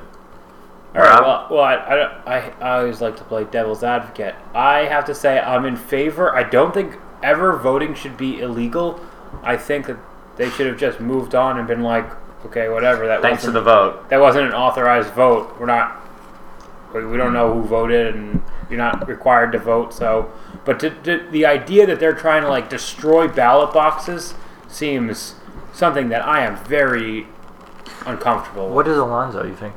S2: All right. Well,
S4: Rob?
S2: well I, I, don't- I, I always like to play devil's advocate. I have to say I'm in favor. I don't think ever voting should be illegal. I think that they should have just moved on and been like, okay, whatever. That
S4: Thanks to
S2: wasn't,
S4: the vote.
S2: that wasn't an authorized vote. We're not. We we don't know who voted, and you're not required to vote. So, but to, to, the idea that they're trying to like destroy ballot boxes seems something that I am very uncomfortable. with.
S1: What is Alonzo? You think?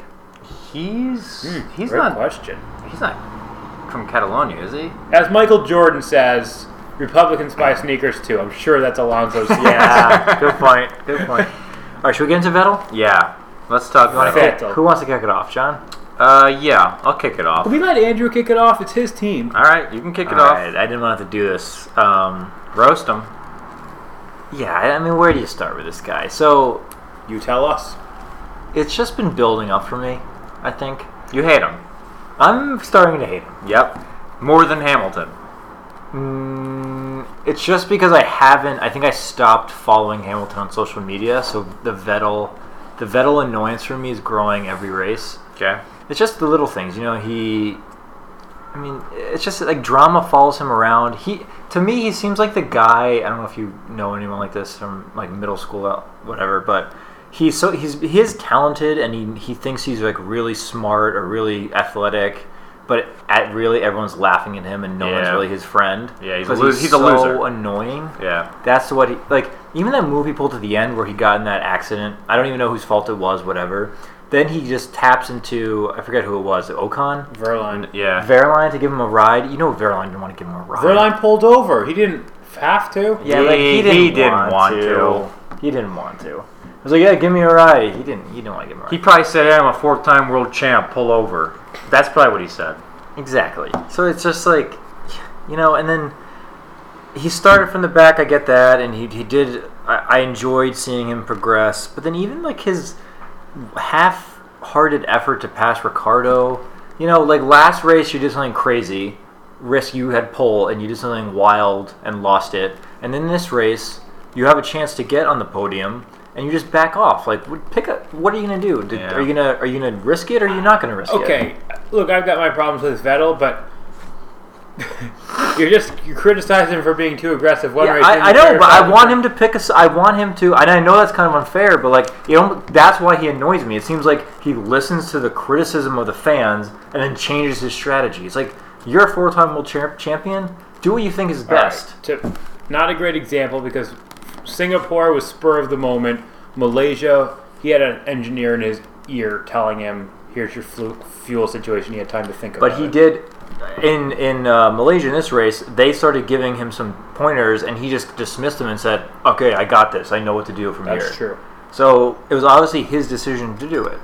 S4: He's he's
S2: Hmm, Great
S4: not
S2: question.
S4: he's not from Catalonia, is he?
S2: As Michael Jordan says, Republicans buy sneakers too. I'm sure that's Alonzo's.
S1: Yeah. good point. Good point. All right. Should we get into Vettel?
S4: Yeah. Let's talk.
S1: You wanna
S2: Vettel.
S1: kick- Who wants to kick it off, John?
S4: Uh, Uh, yeah, I'll kick it off.
S2: Can we let Andrew kick it off? It's his team.
S4: All right, you can kick it
S1: All
S4: off.
S1: right, I didn't want to have to do this. Um,
S4: Roast them.
S1: yeah, I I mean, where do you start with this guy? So
S2: You tell us.
S1: it's just been building up for me. I think
S4: You hate them.
S1: I'm starting to hate him.
S4: Yep. More than Hamilton.
S1: Mm, it's just because I haven't. I think I stopped following Hamilton on social media, so the Vettel, the Vettel annoyance for me is growing every race.
S4: Okay.
S1: It's just the little things, you know. He, I mean, it's just like drama follows him around. He, to me, he seems like the guy. I don't know if you know anyone like this from like middle school, uh, whatever. But he's so he's he is talented, and he he thinks he's like really smart or really athletic. But at really, everyone's laughing at him, and no one's
S4: Yeah.
S1: really his friend.
S4: Yeah, he's a
S1: 'Cause
S4: lo- he's a
S1: so
S4: loser.
S1: Annoying.
S4: Yeah.
S1: That's what he like. Even that movie pulled to the end where he got in that accident. I don't even know whose fault it was. Whatever. Then he just taps into I forget who it was. Ocon,
S2: Verline.
S4: Yeah.
S1: Verline to give him a ride. You know Verline didn't want to give him a ride.
S2: Verline pulled over. He didn't have to.
S1: Yeah, like, he,
S4: He-
S1: didn't,
S4: he didn't
S1: want,
S4: want
S1: to.
S4: to.
S1: He didn't want to. I was like, yeah, give me a ride. He didn't. He didn't want to give him a ride.
S4: He probably said, hey, I'm a four time world champ, pull over. That's probably what he said.
S1: Exactly. So it's just like, you know, and then he started from the back. I get that, and he he did. I, I enjoyed seeing him progress, but then even like his half-hearted effort to pass Ricardo, you know, like last race you did something crazy, risk you had pole, and you did something wild and lost it, and then this race you have a chance to get on the podium. And you just back off. Like, what- pick up. What are you gonna do? Did,
S4: Yeah.
S1: Are you gonna Are you gonna risk it? or Are you not gonna risk it?
S2: Okay, look, I've got my problems with Vettel, but you're just you criticize him for being too aggressive. One
S1: Yeah,
S2: race,
S1: I, I know, but I want him to pick us. I want him to, and I know that's kind of unfair, but like, you know, that's why he annoys me. It seems like he listens to the criticism of the fans and then changes his strategy. It's like you're a four-time world champ- champion. Do what you think is best.
S2: to not a great example because Singapore was spur of the moment. Malaysia, he had an engineer in his ear telling him, "Here's your flu- fuel situation." He had time to think about.
S1: But he
S2: it.
S1: did in in uh, Malaysia in this race. They started giving him some pointers, and he just dismissed them and said, "Okay, I got this. I know what to do from
S2: That's
S1: here."
S2: true.
S1: So it was obviously his decision to do it.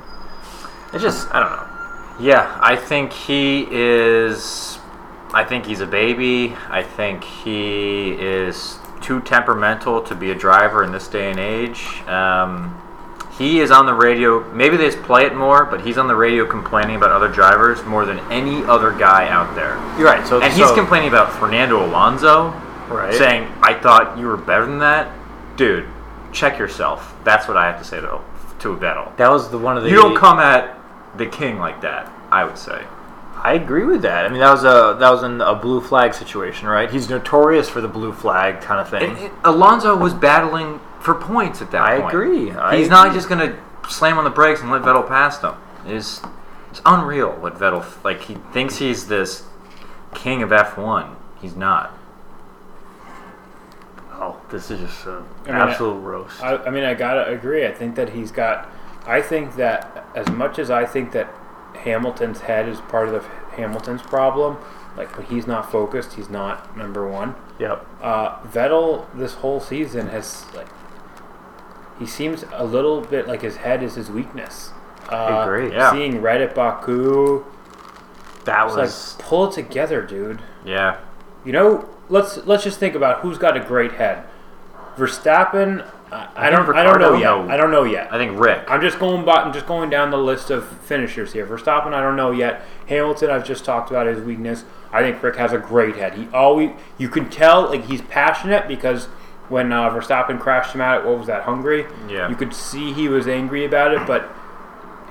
S1: It's just I don't know.
S4: Yeah, I think he is. I think he's a baby. I think he is too temperamental to be a driver in this day and age. Um, he is on the radio. Maybe they just play it more, but he's on the radio complaining about other drivers more than any other guy out there.
S1: You're right. So
S4: And he's
S1: so-
S4: complaining about Fernando Alonso,
S1: Right.
S4: saying, "I thought you were better than that, dude. Check yourself." That's what I have to say to to Vettel.
S1: That was the one of the.
S4: You don't come at the king like that. I would say.
S1: I agree with that. I mean, that was a that was an, a blue flag situation, right? He's notorious for the blue flag kind of thing.
S4: And it- Alonso was battling for points at that
S1: I
S4: point.
S1: agree. I
S4: He's not
S1: agree.
S4: just going to slam on the brakes and let Vettel pass him. It's, it's unreal what Vettel like. He thinks he's this king of F one. He's not.
S1: oh, this is just an
S2: mean,
S1: absolute roast.
S2: I, I mean, I gotta agree. I think that he's got. I think that as much as I think that Hamilton's head is part of the Hamilton's problem, like when he's not focused, he's not number one.
S1: yep.
S2: Uh, Vettel this whole season has like he seems a little bit like his head is his weakness. Uh, I
S1: agree,
S4: yeah.
S2: Seeing red at Baku,
S1: That
S2: it's
S1: was
S2: like pull it together, dude.
S4: Yeah.
S2: You know, let's let's just think about who's got a great head. Verstappen, I, I don't, I don't
S4: Ricardo,
S2: know yet.
S4: no.
S2: I don't know yet.
S4: I think Rick.
S2: I'm just going by, I'm just going down the list of finishers here. Verstappen, I don't know yet. Hamilton, I've just talked about his weakness. I think Rick has a great head. He always, you can tell, like he's passionate because when uh, Verstappen crashed him out, at, what was that, Hungary?
S4: Yeah.
S2: You could see he was angry about it, but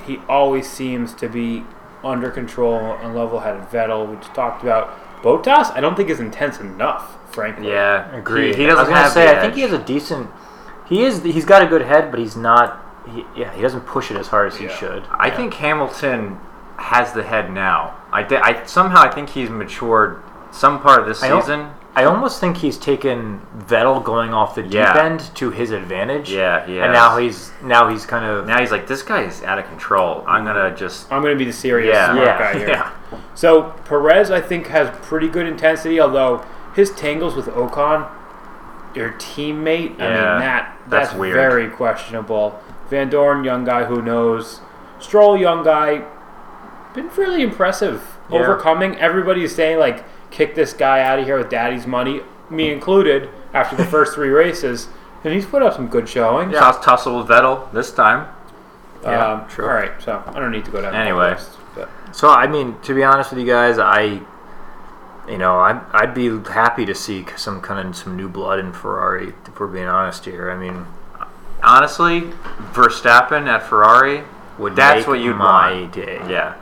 S2: he always seems to be under control and level-headed. Vettel, we just talked about. Botas, I don't think is intense enough, frankly.
S4: yeah.
S1: agree.
S4: He, he doesn't
S1: I was gonna
S4: have
S1: say.
S4: the
S1: I think he
S4: edge.
S1: has a decent. He is. He's got a good head, but he's not. He, yeah, he doesn't push it as hard as
S2: Yeah.
S1: he should.
S4: I think Hamilton has the head now. I, thi- I somehow I think he's matured some part of this
S1: I don't-
S4: season.
S1: I almost think he's taken Vettel going off the deep
S4: Yeah.
S1: end to his advantage.
S4: Yeah, he has.
S1: And now he's now he's kind of
S4: Now he's like, this guy is out of control. I'm gonna just
S2: I'm going to be the serious
S4: Yeah.
S2: smart
S1: Yeah.
S2: guy here.
S4: yeah.
S2: So Perez, I think, has pretty good intensity. Although his tangles with Ocon, your teammate, I
S4: Yeah,
S2: mean that
S4: that's
S2: that's,
S4: weird.
S2: very questionable. Van Dorn, young guy, who knows? Stroll, young guy, been fairly impressive.
S4: Yeah.
S2: Overcoming everybody's saying like, kick this guy out of here with daddy's money, me included. After the first three races, and he's put up some good showing.
S4: Tuss- Tussle with Vettel this time.
S1: Yeah,
S2: um,
S1: true.
S2: All right, so I don't need to go down. that
S4: Anyway.
S2: list, but-
S1: So I mean, to be honest with you guys, I, you know, I I'd be happy to see some kind of some new blood in Ferrari. If we're being honest here, I mean,
S4: Honestly, Verstappen at Ferrari.
S1: would
S4: That's
S1: make
S4: what you'd
S1: my
S4: want.
S1: day.
S4: Yeah.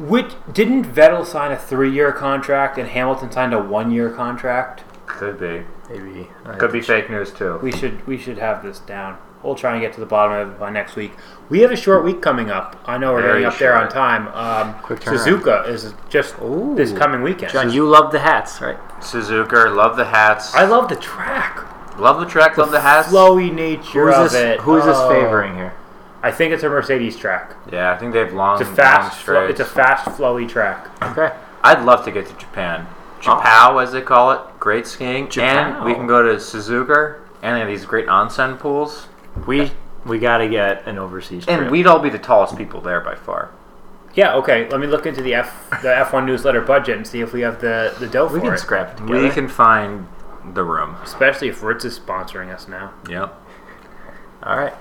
S2: Which didn't Vettel sign a three-year contract and Hamilton signed a one-year contract?
S4: Could be.
S1: maybe I-
S4: Could be fake news too.
S2: We should we should have this down. We'll try and get to the bottom of it by next week. We have a short week coming up. I know we're
S4: Very
S2: getting up there on
S4: short.
S2: time. Um,
S1: Quick turnaround.
S2: Suzuka is just
S1: Ooh.
S2: this coming weekend.
S1: John, you love the hats, right?
S4: Suzuka, love the hats.
S2: I love the track,
S4: love the track, love the hats.
S2: flowy nature
S1: Who's
S2: of
S1: this?
S2: it.
S1: Who is this
S2: Oh.
S1: favoring here?
S2: I think it's a Mercedes track.
S4: Yeah, I think they've long,
S2: It's a
S4: long
S2: fast, flo-
S4: straight.
S2: it's a fast, flowy track.
S1: Okay.
S4: I'd love to get to Japan.
S1: Oh.
S4: Japao, as they call it, great skiing, and we can go to Suzuka and they have these great onsen pools.
S1: We we gotta get an overseas trip.
S4: And we'd all be the tallest people there by far.
S2: Yeah, okay. Let me look into the F the F1 newsletter budget and see if we have the the dough
S1: we
S2: for
S1: can
S2: it.
S1: scrap it together.
S4: We can find the room.
S2: Especially if Ritz is sponsoring us now.
S4: Yep.
S1: All right.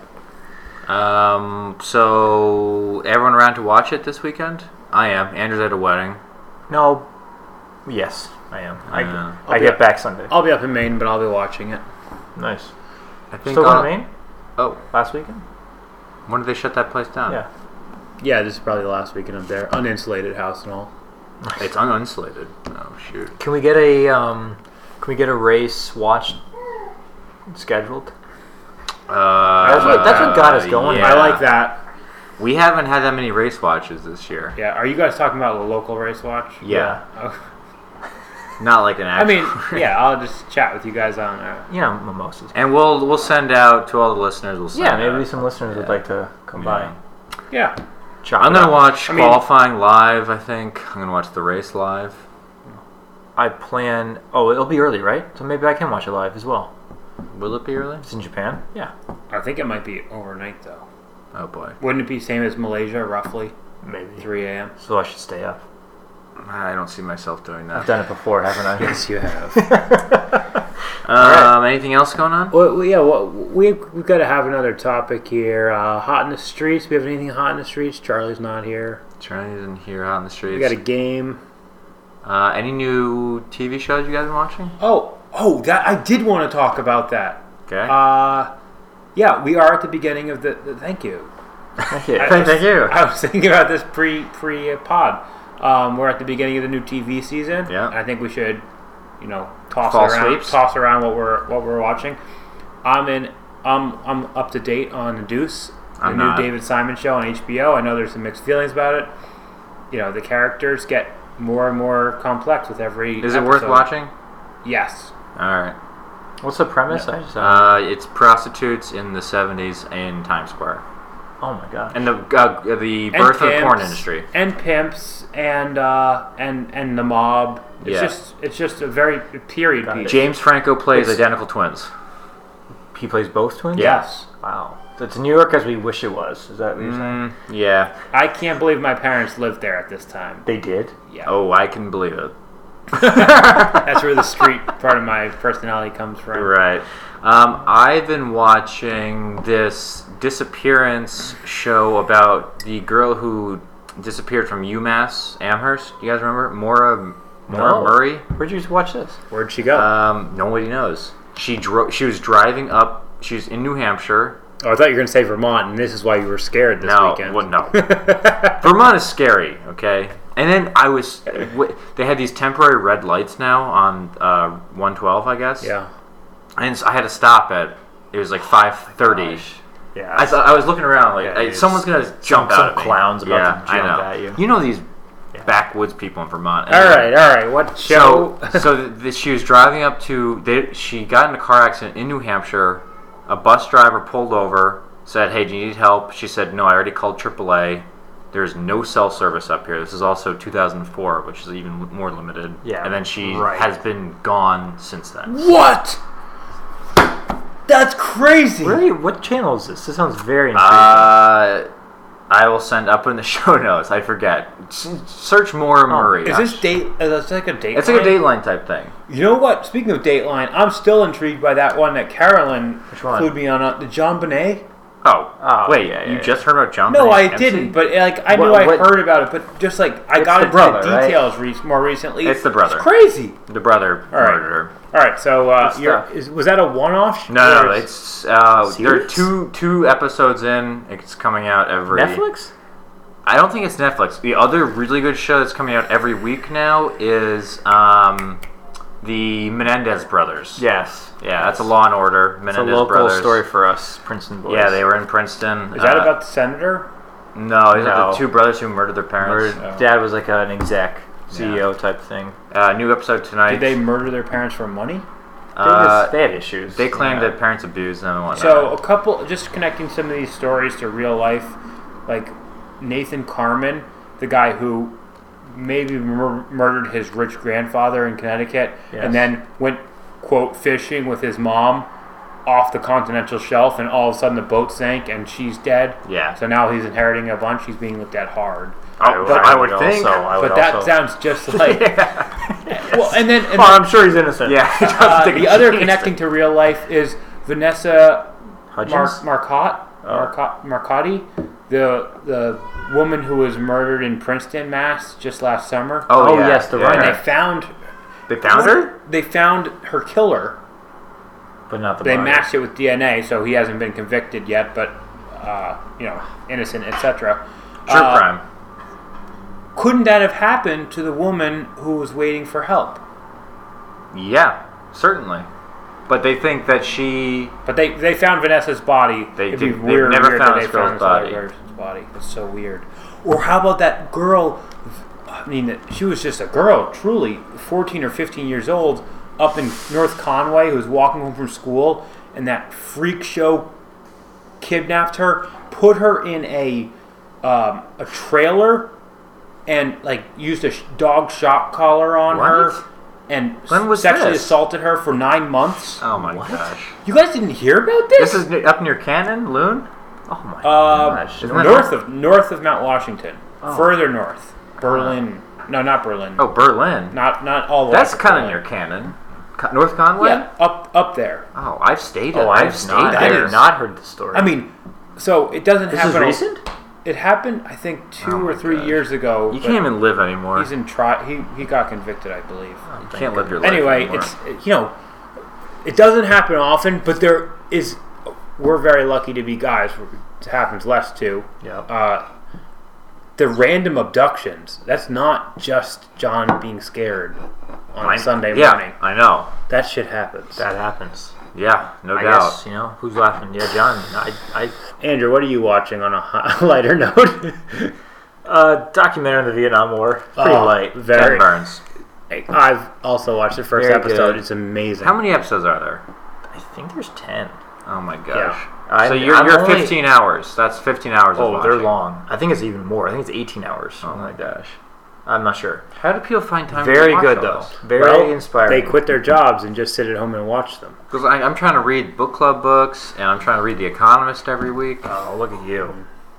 S4: Um, so everyone around to watch it this weekend? I am. Andrew's at a wedding.
S1: No. Yes, I am. I,
S4: Yeah.
S1: I get back Sunday.
S2: I'll be up in Maine, but I'll be watching it.
S1: Nice.
S4: I think
S1: Still going
S4: I'll-
S1: to Maine
S4: Oh,
S1: last weekend?
S4: when did they shut that place down?
S1: Yeah.
S2: Yeah, this is probably the last weekend up there. Uninsulated house and all.
S4: It's uninsulated. Oh shoot.
S1: Can we get a um? Can we get a race watched scheduled?
S4: Uh,
S1: That's what- that's what got us going.
S4: yeah.
S2: I like that.
S4: We haven't had that many race watches this year.
S2: Yeah, are you guys talking about a local race watch?
S4: Yeah.
S2: Oh.
S4: Not like an
S2: I
S4: actual.
S2: mean, yeah, I'll just chat with you guys on uh,
S1: You know, mimosas.
S4: And we'll we'll send out to all the listeners. We'll send
S1: Yeah, maybe
S4: out-
S1: some listeners would like to come
S4: Yeah.
S2: Yeah.
S1: by.
S4: I'm gonna watch
S2: mean-
S4: qualifying live. I think I'm gonna watch the race live.
S1: I plan. Oh, it'll be early, right? So maybe I can watch it live as well.
S4: Will it be early?
S1: It's in Japan. Yeah.
S2: I think it might be overnight though.
S4: Oh boy,
S2: Wouldn't it be same as Malaysia, roughly?
S1: Maybe.
S2: 3 a.m.
S1: So I should stay up.
S4: I don't see myself doing
S1: I've
S4: that.
S1: done it before, haven't I?
S2: Yes, you have.
S4: Um, anything else going on?
S2: Well, well, yeah, well, we we've got to have another topic here. Uh, hot in the streets. We have anything hot in the streets? Charlie's not here.
S4: Charlie's in here out in the
S2: Oh. We got
S4: streets.
S2: a game.
S4: Uh, any new TV shows you guys been watching?
S2: Oh, oh, that I did want to talk about that.
S4: Okay.
S2: Uh, yeah, we are at the beginning of the. the thank you.
S1: Thank you.
S2: I was-
S1: Thank you.
S2: I was thinking about this pre pre pod. Um, we're at the beginning of the new TV season.
S4: Yeah.
S2: And I think we should, you know, toss
S4: Fall
S2: around
S4: sweeps.
S2: toss around what we're what we're watching. I'm in. I'm I'm up to date on the Deuce, the
S4: I'm
S2: new
S4: not.
S2: David Simon show on HBO. I know there's some mixed feelings about it. You know, the characters get more and more complex with every.
S4: Is it worth
S2: episode.
S4: watching?
S2: Yes.
S4: All right.
S1: What's the premise? I just. oh
S4: Uh, it's prostitutes in the '70s in Times Square,
S1: oh my god.
S4: and the uh, the birth of the porn industry.
S2: and pimps and uh, and and the mob. It's
S4: Yeah.
S2: just it's just a very period piece.
S4: James Franco plays
S1: It's-
S4: identical twins.
S1: He plays both twins.
S2: Yes.
S1: Wow. So it's New York as we wish it was. Is that what you're saying?
S4: Mm, yeah.
S2: I can't believe my parents lived there at this time.
S1: They did.
S2: Yeah.
S4: Oh, I can believe it.
S2: That's where the street part of my personality comes from.
S4: Right. Um, I've been watching this disappearance show about the girl who disappeared from UMass Amherst. You guys remember Maura Maura
S1: No.
S4: Murray?
S1: Where'd you watch this?
S2: Where'd she go?
S4: Um, nobody knows. She drove. She was driving up. She's in New Hampshire.
S2: oh, I thought you were going to say Vermont, and this is why you were scared this
S4: No,
S2: weekend.
S4: well, no. Vermont is scary. Okay. And then I was. w- They had these temporary red lights now on uh, 112, I guess.
S2: Yeah.
S4: And so I had to stop at. It was like 5:30.
S1: Yeah.
S4: I, thought, I was looking around like
S1: Yeah,
S4: I-
S1: it's-
S4: someone's gonna jump
S1: some
S4: out at me.
S1: clown's about
S4: yeah,
S1: to jump
S4: I
S1: at
S4: know.
S1: you.
S4: You know these backwoods people in Vermont.
S2: All right, all right. What show?
S4: So so th- th- she was driving up to. They, she got in a car accident in New Hampshire. A bus driver pulled over, said, "Hey, do you need help?" She said, "No, I already called AAA. There's no cell service up here. This is also 2004, which is even l- more limited."
S1: Yeah,
S4: And then she
S1: right.
S4: has been gone since then.
S2: what? That's crazy.
S1: Really? What channel is this? This sounds very intriguing.
S4: Uh, I will send up in the show notes. I forget. S- Search more Murray.
S2: Oh, Is this date? Uh, that's like a date.
S4: It's like a Dateline type thing.
S2: You know what? Speaking of Dateline, I'm still intrigued by that one that Carolyn Which
S6: one?
S2: me on. Uh, the John Bonet?
S4: Oh,
S6: Oh,
S4: wait,
S6: yeah,
S4: you
S6: yeah,
S4: just heard about John?
S2: No,
S4: Bonet
S2: I
S4: MC?
S2: didn't. But like, I knew
S6: What-
S2: I
S6: what-
S2: heard about it. But just like, I
S6: It's
S2: got
S6: the
S2: into
S6: brother,
S2: the
S6: right?
S2: details re- more recently.
S4: It's the brother.
S2: It's crazy.
S4: The brother
S2: right.
S4: murdered her.
S2: All right, so uh,
S6: Good
S2: you're,
S6: stuff.
S2: is, was that a one-off?
S4: No,
S2: Or
S4: no,
S2: is-
S4: it's uh, there are
S6: Serious?
S4: two two episodes in. It's coming out every.
S6: Netflix?
S4: I don't think it's Netflix. The other really good show that's coming out every week now is um, the Menendez brothers.
S6: Yes.
S4: yeah, that's a Law and Order.
S6: It's a
S4: Menendez
S6: local
S4: brothers.
S6: story for us, Princeton boys.
S4: Yeah, they were in Princeton. Uh,
S2: Is that about the senator?
S4: No, these are
S6: No.
S4: the two brothers who murdered their parents.
S2: Oh.
S6: Or dad was like an exec CEO type thing.
S4: Uh, new episode tonight.
S2: Did they murder their parents for money?
S6: They, just-
S4: Uh,
S6: they had issues.
S4: they claimed
S6: yeah.
S4: that parents abused them and whatnot.
S2: So a couple, just connecting some of these stories to real life, like Nathan Carmen, the guy who maybe mur- murdered his rich grandfather in Connecticut,
S6: Yes.
S2: and then went quote fishing with his mom off the continental shelf, and all of a sudden the boat sank and she's dead.
S4: Yeah.
S2: So now he's inheriting a bunch. He's being looked at hard.
S1: Oh,
S6: I would,
S4: but-
S6: I would
S4: I would
S6: think.
S4: also-
S6: I would
S2: But that
S6: also-
S2: sounds just like well, and then and
S6: Oh,
S2: then,
S6: I'm sure he's innocent.
S4: yeah,
S2: uh, the other connecting to real life is Vanessa
S6: Hudgens? Oh.
S2: Mar- Marcotte, Marcotte, Marcotti, the the woman who was murdered in Princeton, Mass, just last summer.
S6: Oh, yes, the
S2: and they
S6: runner.
S2: found
S4: They found her.
S2: they found her killer.
S6: but not the
S2: They
S6: body.
S2: matched it with DNA, so he hasn't been convicted yet, but uh, you know, innocent, etc.
S4: True
S2: Uh,
S4: crime.
S2: Couldn't that have happened to the woman who was waiting for help?
S4: Yeah, certainly. But they think that she.
S2: But they, they found Vanessa's body.
S4: They
S2: It'd
S4: did-
S2: be
S4: they've
S2: weird,
S4: never
S2: weird
S4: found
S2: that
S4: this
S2: they
S4: girl's
S2: found this other
S4: body.
S2: person's body. It's so weird. Or how about that girl? I mean, that- she was just a girl, truly, 14 or 15 years old, up in North Conway, who was walking home from school, and that freak show kidnapped her, put her in a um, a trailer, and like used a sh- dog shock collar on her,
S4: What?
S2: and
S4: When was
S2: sexually
S4: this?
S2: assaulted her for nine months.
S4: Oh my gosh.
S2: You guys didn't hear about
S4: This
S2: this?
S4: is ne- up near Cannon, Loon. Oh my
S2: Um,
S4: gosh. Isn't that-
S2: north of north of Mount Washington, further north, Berlin. No, not Berlin.
S4: Uh-huh. Oh, Berlin.
S2: Not not all the
S4: That's
S2: way.
S4: kind of near Cannon, Co- North Conway.
S2: Yeah, up up there.
S4: Oh, I've stayed.
S6: Oh,
S4: I've,
S6: I've
S4: stayed
S6: not. I
S4: there.
S6: have not heard the story.
S2: I mean, so it doesn't
S6: this is
S2: happen. a-
S6: recent.
S2: It happened, I think, two
S4: Oh
S2: or
S4: my
S2: three
S4: gosh.
S2: years ago.
S4: You
S2: but
S4: can't even live anymore.
S2: He's in trial. He he got convicted, I believe.
S4: you can't live Oh, your life.
S2: anyway,
S4: anymore.
S2: it's you know, it doesn't happen often, but there is. We're very lucky to be guys. It happens less to.
S6: Yep.
S2: Uh, the random abductions. That's not just John being scared on a Sunday
S4: yeah,
S2: morning.
S4: I know.
S2: That shit happens.
S6: that happens.
S4: Yeah, no
S6: I
S4: doubt.
S6: guess you know who's laughing. Yeah, John. I, I
S2: Andrew, what are you watching on a hi- lighter note?
S6: uh, documentary on the Vietnam War. Pretty
S2: Oh,
S6: light.
S4: Ted
S2: Very.
S4: Burns.
S2: I've also watched the first
S6: Very
S2: episode.
S6: good.
S2: It's amazing.
S4: How many episodes are there?
S6: I think there's ten.
S4: Oh my gosh.
S6: I'm-
S4: so you're,
S6: I'm
S4: you're
S6: only-
S4: 15 hours. That's 15 hours of
S6: Oh,
S4: watching.
S6: they're long. I think it's even more. I think it's 18 hours. Oh my gosh. I'm not sure.
S4: How do people find time?
S6: Very
S4: to watch
S6: good
S4: all
S6: though.
S4: this?
S6: Very
S2: Well,
S6: inspiring.
S2: They quit their jobs and just sit at home and watch them.
S4: Because I'm trying to read book club books, and I'm trying to read The Economist every week.
S6: Oh, look at you.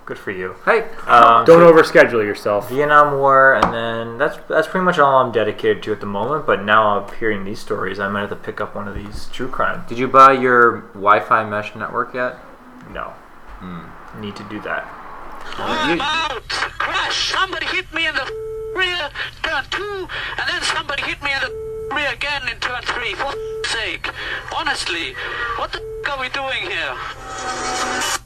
S6: Good for you.
S4: Hey,
S6: Um,
S2: Don't overschedule yourself.
S6: Vietnam War, and then that's that's pretty much all I'm dedicated to at the moment. But now I'm hearing these stories, I might have to pick up one of these true crime.
S4: did you buy your Wi-Fi mesh network yet? Hmm.
S6: No, need to do that.
S1: I'm out. Crash. Somebody hit me in the rear, turn two, and then somebody hit me in the rear again in turn three. For sake. Honestly, what the are we doing here?